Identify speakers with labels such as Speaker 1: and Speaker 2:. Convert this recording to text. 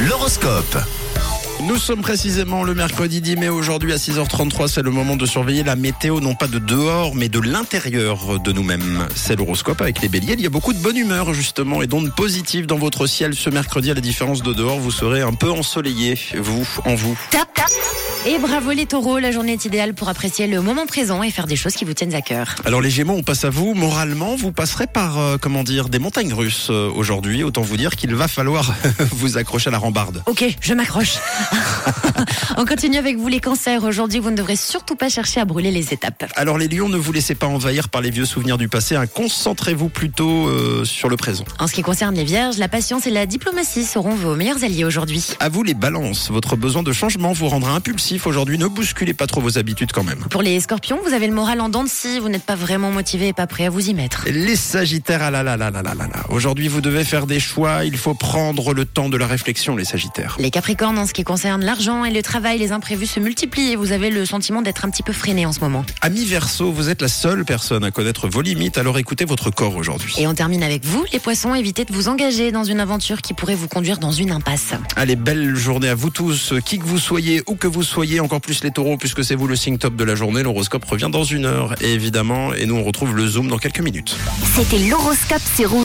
Speaker 1: L'horoscope.
Speaker 2: Nous sommes précisément le mercredi 10 mai aujourd'hui à 6h33. C'est le moment de surveiller la météo, non pas de dehors, mais de l'intérieur de nous-mêmes. C'est l'horoscope avec les béliers. Il y a beaucoup de bonne humeur, justement, et d'ondes positives dans votre ciel. Ce mercredi, à la différence de dehors, vous serez un peu ensoleillé, vous, en vous.
Speaker 3: Et bravo les taureaux, la journée est idéale pour apprécier le moment présent et faire des choses qui vous tiennent à cœur.
Speaker 2: Alors les Gémeaux, on passe à vous. Moralement, vous passerez par, euh, comment dire, des montagnes russes euh, aujourd'hui. Autant vous dire qu'il va falloir vous accrocher à la rambarde.
Speaker 3: Ok, je m'accroche. On continue avec vous les cancers. Aujourd'hui, vous ne devrez surtout pas chercher à brûler les étapes.
Speaker 2: Alors les lions, ne vous laissez pas envahir par les vieux souvenirs du passé. hein. Concentrez-vous plutôt euh, sur le présent.
Speaker 3: En ce qui concerne les vierges, la patience et la diplomatie seront vos meilleurs alliés aujourd'hui.
Speaker 2: À vous les balances, votre besoin de changement vous rendra impulsif aujourd'hui, ne bousculez pas trop vos habitudes quand même.
Speaker 3: Pour les scorpions, vous avez le moral en dents de scie, vous n'êtes pas vraiment motivé et pas prêt à vous y mettre.
Speaker 2: Les sagittaires, ah là là là là là là là. Aujourd'hui vous devez faire des choix, il faut prendre le temps de la réflexion les sagittaires.
Speaker 3: Les capricornes, en ce qui concerne l'argent et le travail, les imprévus se multiplient et vous avez le sentiment d'être un petit peu freiné en ce moment.
Speaker 2: Amis verso, vous êtes la seule personne à connaître vos limites, alors écoutez votre corps aujourd'hui.
Speaker 3: Et on termine avec vous, les poissons, évitez de vous engager dans une aventure qui pourrait vous conduire dans une impasse.
Speaker 2: Allez, belle journée à vous tous, qui que vous soyez, où que vous soyez, encore plus les taureaux, puisque c'est vous le signe top de la journée. L'horoscope revient dans une heure, et évidemment, et nous on retrouve le zoom dans quelques minutes.
Speaker 4: C'était l'horoscope sur Rouge.